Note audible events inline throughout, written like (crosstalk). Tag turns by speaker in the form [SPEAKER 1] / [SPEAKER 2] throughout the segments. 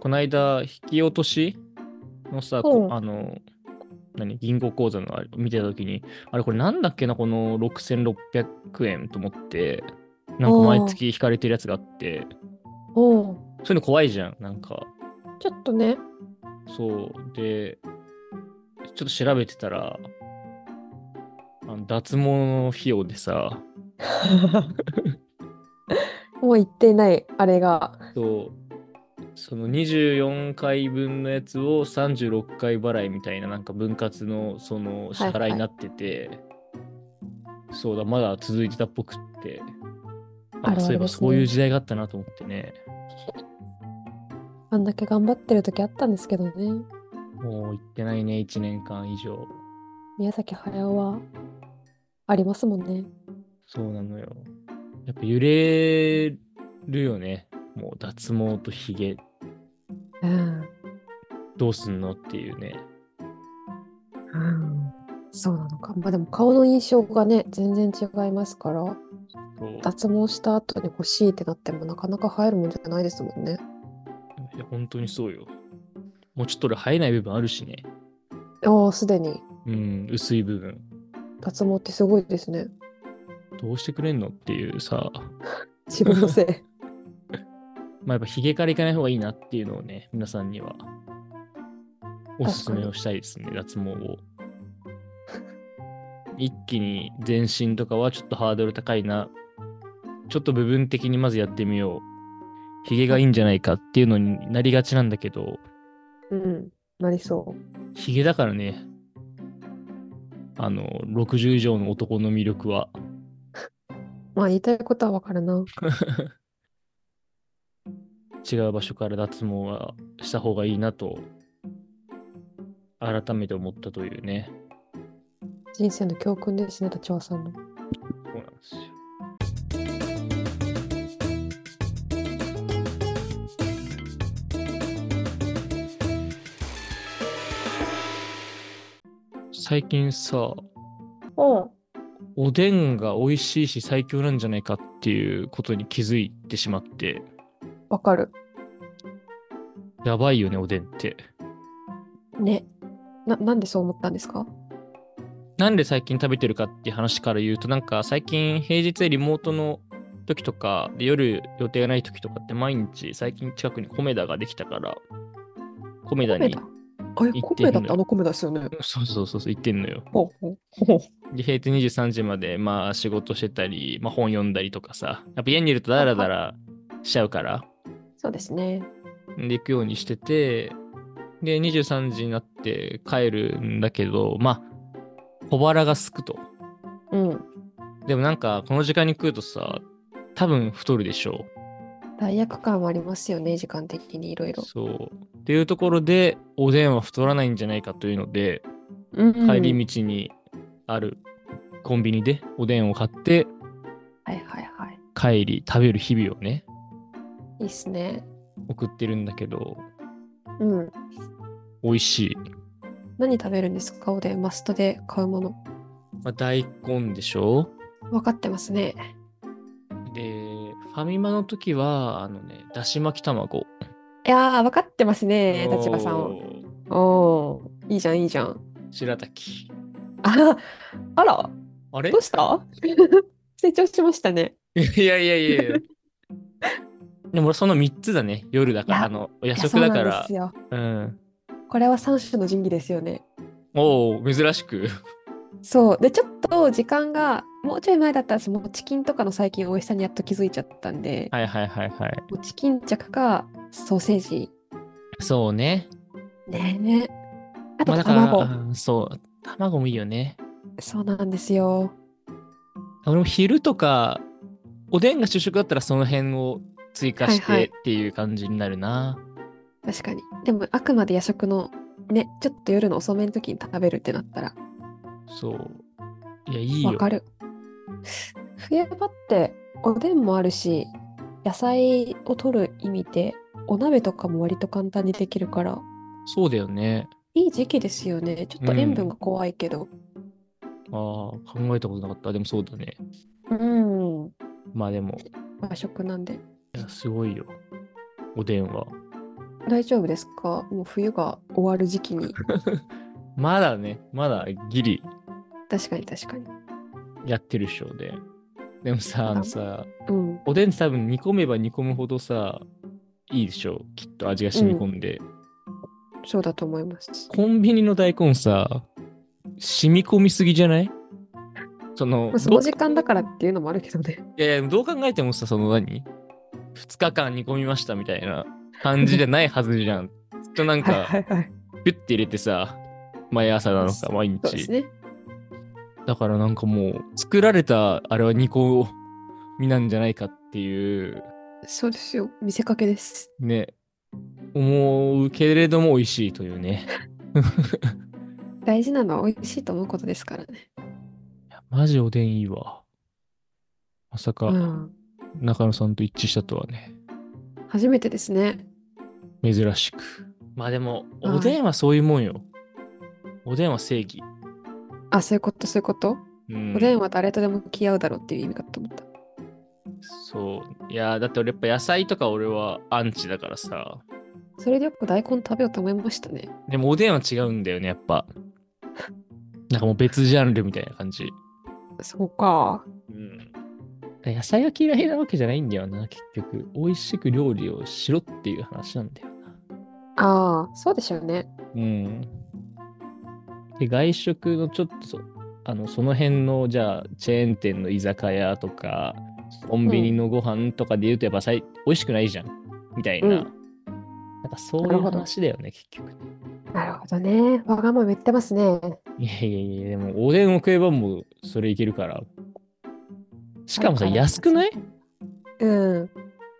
[SPEAKER 1] この間、引き落としのさ、
[SPEAKER 2] ほう
[SPEAKER 1] あの、何銀行口座のあれ見てたときに、あれこれなんだっけな、この6600円と思って、なんか毎月引かれてるやつがあって、
[SPEAKER 2] おう
[SPEAKER 1] そういうの怖いじゃん、なんか。
[SPEAKER 2] ちょっとね。
[SPEAKER 1] そう。で、ちょっと調べてたら、あの脱毛の費用でさ、
[SPEAKER 2] もう言ってない、あれが。
[SPEAKER 1] そうその24回分のやつを36回払いみたいななんか分割のその支
[SPEAKER 2] はいは
[SPEAKER 1] 払
[SPEAKER 2] い
[SPEAKER 1] いになってて、そうだまだ続いてたっぽくって
[SPEAKER 2] あるある
[SPEAKER 1] そういえば
[SPEAKER 2] ですね
[SPEAKER 1] そういう時代があったなと思ってね
[SPEAKER 2] あんだけ頑張ってる時あったんですけどね。
[SPEAKER 1] もう行ってないね1年間以上
[SPEAKER 2] 宮崎駿はありますもんね。
[SPEAKER 1] そうなのよやっぱ揺れるよねもう脱毛とヒゲ
[SPEAKER 2] うん。
[SPEAKER 1] どうすんのっていうね
[SPEAKER 2] うん、そうなのか。まあでも顔の印象がね、全然違いますから、
[SPEAKER 1] そう
[SPEAKER 2] 脱毛した後に欲しいってなってもなかなか生えるもんじゃないですもんね。
[SPEAKER 1] いや本当にそうよもうちょっと俺生えない部分あるしね
[SPEAKER 2] ああ、すでに
[SPEAKER 1] うん、薄い部分。
[SPEAKER 2] 脱毛ってすごいですね。
[SPEAKER 1] どうしてくれんのっていうさ、
[SPEAKER 2] 自分 (laughs) のせい。
[SPEAKER 1] まあ、やっぱヒゲからいかない方がいいなっていうのをね、皆さんにはおすすめをしたいですね、脱毛を。一気に全身とかはちょっとハードル高いな。ちょっと部分的にまずやってみよう。ヒゲがいいんじゃないかっていうのになりがちなんだけど、
[SPEAKER 2] うん。なりそ
[SPEAKER 1] ヒゲだからね、あの、60以上の男の魅力は。
[SPEAKER 2] う。まあ言いたいことはわかるな。
[SPEAKER 1] 違う場所から脱毛はした方がいいなと改めて思ったというね。
[SPEAKER 2] 人生の教訓ですね、立場さんの。
[SPEAKER 1] そうなんですよ。最近さ、
[SPEAKER 2] お
[SPEAKER 1] おでんが美味しいし最強なんじゃないかっていうことに気づいてしまって、
[SPEAKER 2] わかる。
[SPEAKER 1] やばいよね、おでんって。
[SPEAKER 2] ね。な、なんでそう思ったんですか
[SPEAKER 1] なんで最近食べてるかっていう話から言うとなんか最近平日リモートの時とかで夜予定がない時とかって毎日最近近くにコメダができたからコメダ
[SPEAKER 2] 米
[SPEAKER 1] に
[SPEAKER 2] だ。あれ、
[SPEAKER 1] 行っ
[SPEAKER 2] コ
[SPEAKER 1] て
[SPEAKER 2] メ
[SPEAKER 1] るのよ
[SPEAKER 2] ダってあの米だですよね。
[SPEAKER 1] (laughs) そうそうそうそう行ってんのよ
[SPEAKER 2] ほうほうほう。
[SPEAKER 1] で平日23時までまあ仕事してたり、まあ、本読んだりとかさやっぱ家にいるとダラダラしちゃうから
[SPEAKER 2] そうですね。
[SPEAKER 1] で行くようにしててで23時になって帰るんだけどまあ小腹がすくと
[SPEAKER 2] うん。
[SPEAKER 1] でもなんかこの時間に食うとさ多分太るでしょう
[SPEAKER 2] 罪悪感はありますよね、時間的にいろいろ。
[SPEAKER 1] そう。っていうところで、おでんは太らないんじゃないかというので、帰り道にあるコンビニでおでんを買って、
[SPEAKER 2] はいはいはい。
[SPEAKER 1] 帰り食べる日々をね、
[SPEAKER 2] いいっすね。
[SPEAKER 1] 送ってるんだけど、
[SPEAKER 2] うん。
[SPEAKER 1] 美味しい。
[SPEAKER 2] 何食べるんですかおでんマストで買うもの。
[SPEAKER 1] まあ、大根でしょ
[SPEAKER 2] 分かってますね。
[SPEAKER 1] で、ファミマの時は、あのね、だし巻き卵。
[SPEAKER 2] いやー、分かってますね、立場さん。おー、いいじゃん、いいじゃん。
[SPEAKER 1] 白滝。
[SPEAKER 2] ああら、
[SPEAKER 1] あれ
[SPEAKER 2] どうした (laughs) 成長しましたね。
[SPEAKER 1] いやいやいやいや。でも俺その3つだね、夜だか
[SPEAKER 2] い
[SPEAKER 1] ら、
[SPEAKER 2] や
[SPEAKER 1] あの、夜食だか
[SPEAKER 2] いや
[SPEAKER 1] ら
[SPEAKER 2] そう。なんです
[SPEAKER 1] う
[SPEAKER 2] よ。
[SPEAKER 1] ん。
[SPEAKER 2] これは三種の神器ですよね。
[SPEAKER 1] おお、珍しく。
[SPEAKER 2] そう。で、ちょっと時間が、もうちょい前だったら、そのチキンとかの最近美味しさにやっと気づいちゃったんで、
[SPEAKER 1] はいはいはいはい。
[SPEAKER 2] もうチキン着かソーセージ。
[SPEAKER 1] そうね。
[SPEAKER 2] ねえ。
[SPEAKER 1] まあ
[SPEAKER 2] あと
[SPEAKER 1] だから、
[SPEAKER 2] 卵。
[SPEAKER 1] うんそう。卵もいいよね。
[SPEAKER 2] そうなんですよ。
[SPEAKER 1] 俺も昼とか、おでんが主食だったらその辺を追加し
[SPEAKER 2] はい
[SPEAKER 1] て
[SPEAKER 2] はい
[SPEAKER 1] っていう感じになるな。
[SPEAKER 2] 確かに。でも、あくまで夜食の、ね、ちょっと夜の遅めの時に食べるってなったら、
[SPEAKER 1] そう。いや、いい
[SPEAKER 2] わ
[SPEAKER 1] よ。
[SPEAKER 2] かる。冬場って、おでんもあるし、野菜を取る意味で、お鍋とかも割と簡単にできるから、
[SPEAKER 1] そうだよね。
[SPEAKER 2] いい時期ですよね。ちょっと塩分が怖いけど。
[SPEAKER 1] ああ、考えたことなかった。でもそうだね。
[SPEAKER 2] うん。
[SPEAKER 1] まあでも、
[SPEAKER 2] 和食なんで。
[SPEAKER 1] いやすごいよ。おでんは。
[SPEAKER 2] 大丈夫ですかもう冬が終わる時期 (laughs) に。
[SPEAKER 1] まだね、まだギリ
[SPEAKER 2] 確かに確かに。
[SPEAKER 1] やってるっしょで。でもさ、あのさ、
[SPEAKER 2] うん。
[SPEAKER 1] おでんって多分煮込めば煮込むほどさ、いいでしょきっと味が染み込んで。
[SPEAKER 2] そうだと思います。
[SPEAKER 1] コンビニの大根さ、染み込みすぎじゃないその
[SPEAKER 2] まあ、、そ
[SPEAKER 1] ど
[SPEAKER 2] の時間だからっていうのもあるけどね。
[SPEAKER 1] いやいやどう考えてもさ、その何 ?2 日間煮込みましたみたいな感じじゃないはずじゃん。ずっとなん
[SPEAKER 2] はい
[SPEAKER 1] か、
[SPEAKER 2] はいはい。
[SPEAKER 1] ピュッて入れてさ、毎朝なのか、毎
[SPEAKER 2] そうです
[SPEAKER 1] 日。
[SPEAKER 2] ね。
[SPEAKER 1] だからなんかもう、作られたあれは煮込みなんじゃないかっていう、
[SPEAKER 2] そうですよ。見せかけです。
[SPEAKER 1] ね、思うけれども美味しいというね。
[SPEAKER 2] 大事なのは美味しいと思うことですからね。
[SPEAKER 1] マジおでんいいわ。まさ
[SPEAKER 2] う
[SPEAKER 1] か、
[SPEAKER 2] ん。
[SPEAKER 1] 中野さんと一致したとはね、
[SPEAKER 2] 初めてですね。
[SPEAKER 1] 珍しく。まあでも、
[SPEAKER 2] はい
[SPEAKER 1] おでんはそういうもんよ。おでんは正義。
[SPEAKER 2] あ、そういうこと、そういうこと。
[SPEAKER 1] うん
[SPEAKER 2] おでんは誰とでも気合うだろうっていう意味かと思った。
[SPEAKER 1] そう。いやー、だって俺やっぱ野菜とか俺はアンチだからさ。
[SPEAKER 2] それでよく大根食べようと思いましたね。
[SPEAKER 1] でもおでんは違うんだよね、やっぱ。なんかもう別ジャンルみたいな感じ。
[SPEAKER 2] そうか。
[SPEAKER 1] うん。野菜が嫌いなわけじゃないんだよな、結局。美味しく料理をしろっていう話なんだよな。
[SPEAKER 2] ああ、そうでしょうね。
[SPEAKER 1] うん。で、外食のちょっとそ、あの、その辺の、じゃあ、チェーン店の居酒屋とか、コンビニのご飯とかで言うと、やっぱさい、美味しくないじゃん、みたいな。
[SPEAKER 2] うん
[SPEAKER 1] なんかそう
[SPEAKER 2] ないる
[SPEAKER 1] う
[SPEAKER 2] ほど
[SPEAKER 1] 話だよね、結局。
[SPEAKER 2] なるほどね。わがまま言ってますね。
[SPEAKER 1] いやいやいや、でも、おでんを食えばもう、それいけるから。しかもさ、
[SPEAKER 2] あるから
[SPEAKER 1] 安くない
[SPEAKER 2] うん。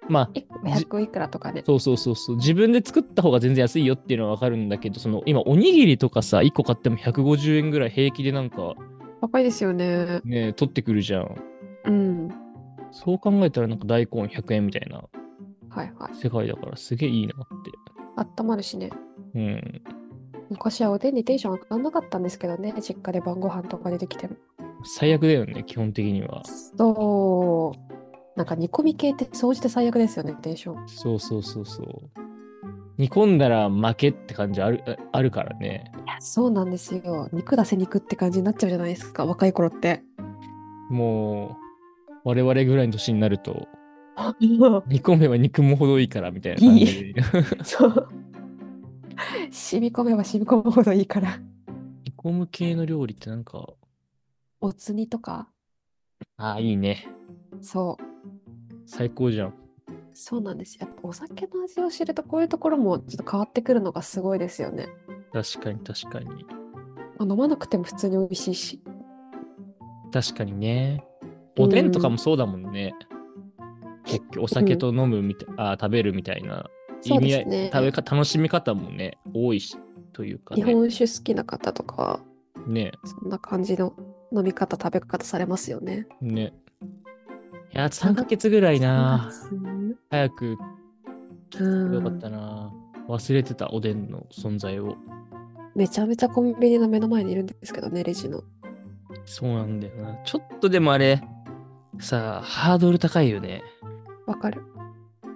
[SPEAKER 1] まあ、
[SPEAKER 2] い500いくらとかね。
[SPEAKER 1] そうそうそうそう。自分で作った方が全然安いよっていうのはわかるんだけど、その、今、おにぎりとかさ、1個買っても150円ぐらい平気でなんか、
[SPEAKER 2] 高いですよね。
[SPEAKER 1] ね、取ってくるじゃん。
[SPEAKER 2] うん。
[SPEAKER 1] そう考えたらなんか大根100円みたいな
[SPEAKER 2] はいはい。
[SPEAKER 1] 世界だからすげえいいなって。
[SPEAKER 2] あったまるしね。
[SPEAKER 1] うん。
[SPEAKER 2] 昔はおでんにテンション上がんなかったんですけどね。実家で晩ご飯とか出てきても。
[SPEAKER 1] 最悪だよね、基本的には。
[SPEAKER 2] そう。なんか煮込み系って総じて最悪ですよね、テンション。
[SPEAKER 1] そうそうそうそう。煮込んだら負けって感じあるああるからね。
[SPEAKER 2] いや、そうなんですよ。肉出せ肉って感じになっちゃうじゃないですか、若い
[SPEAKER 1] (laughs)
[SPEAKER 2] 頃って。
[SPEAKER 1] もう、我々ぐらいの年になると、煮込めば肉もほどいいからみたいな感じで。
[SPEAKER 2] そう。染み込めば染み込むほどいいから。
[SPEAKER 1] (laughs) 煮込む系の料理ってなんか、
[SPEAKER 2] おつ煮とか、
[SPEAKER 1] ああ、いいね。
[SPEAKER 2] そう。
[SPEAKER 1] 最高じゃん。
[SPEAKER 2] そうなんです。やっぱお酒の味を知るとこういうところもちょっと変わってくるのがすごいですよね。
[SPEAKER 1] 確かに確かに。
[SPEAKER 2] まあ飲まなくても普通に美味しいし。
[SPEAKER 1] 確かにね。おでんとかもそうだもんね。結局お酒と飲むみたい、あ食べるみたいな
[SPEAKER 2] そうで
[SPEAKER 1] 合
[SPEAKER 2] すね。
[SPEAKER 1] 食べか楽しみ方もね、多いしというか
[SPEAKER 2] 日
[SPEAKER 1] ね。
[SPEAKER 2] 本酒好きな方とかは、
[SPEAKER 1] ね
[SPEAKER 2] そんな感じの飲み方、食べ方されますよね。
[SPEAKER 1] ねいや、3ヶ月ぐらいな。
[SPEAKER 2] そう
[SPEAKER 1] 早く
[SPEAKER 2] うん
[SPEAKER 1] よかったな。忘れてたおでんの存在を。
[SPEAKER 2] めちゃめちゃコンビニの目の前にいるんですけどね、レジの。
[SPEAKER 1] そうなんだよな。ちょっとでもあれ、さあ、ハードル高いよね。
[SPEAKER 2] わかる。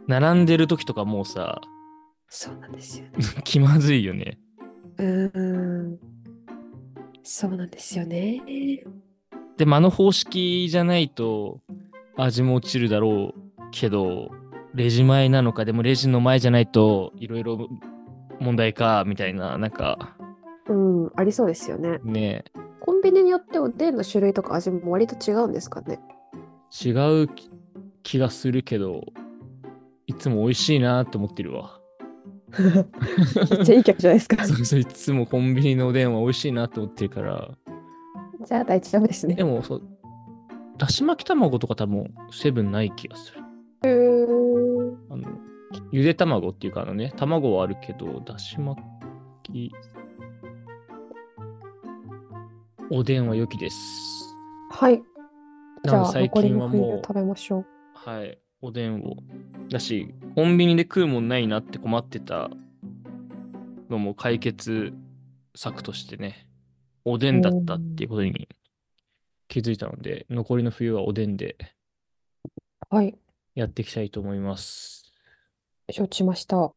[SPEAKER 1] 並んでる時とかもうさ、
[SPEAKER 2] そうなんですよね。
[SPEAKER 1] 気まずいよね。
[SPEAKER 2] うーん。そうなんですよね。
[SPEAKER 1] でもあの方式じゃないと味も落ちるだろうけどレジ前なのかでもレジの前じゃないといろいろ問題かみたいななんか
[SPEAKER 2] うん、ありそうですよね。
[SPEAKER 1] ね
[SPEAKER 2] コンビニによっておでんの種類とか味も割と違うんですか
[SPEAKER 1] (laughs)
[SPEAKER 2] ね。
[SPEAKER 1] 違うき気がするけどいつも美味しいなと思ってるわ (laughs)
[SPEAKER 2] めっちゃいい曲じゃないですか。
[SPEAKER 1] そうそういつもコンビニのおでんは美味しいなと思ってるから
[SPEAKER 2] じゃあ大丈夫ですね
[SPEAKER 1] で。もそうだし巻き卵とか多分セブンない気がする
[SPEAKER 2] うーん
[SPEAKER 1] あのゆで卵っていうかあのね卵はあるけどだし巻きおでんは良きです
[SPEAKER 2] はい。じ
[SPEAKER 1] なの
[SPEAKER 2] ゃ
[SPEAKER 1] で
[SPEAKER 2] あ
[SPEAKER 1] 最
[SPEAKER 2] 残り
[SPEAKER 1] 近
[SPEAKER 2] の
[SPEAKER 1] は
[SPEAKER 2] 冬を
[SPEAKER 1] も
[SPEAKER 2] 食べましょう。
[SPEAKER 1] うはいおでんをだしコンビニで食うもんないなって困ってたのも解決策としてねおでんだったっていうことに気づいたので残りの冬はおでんで
[SPEAKER 2] はい。
[SPEAKER 1] やっていきたいと思います
[SPEAKER 2] 承知しました。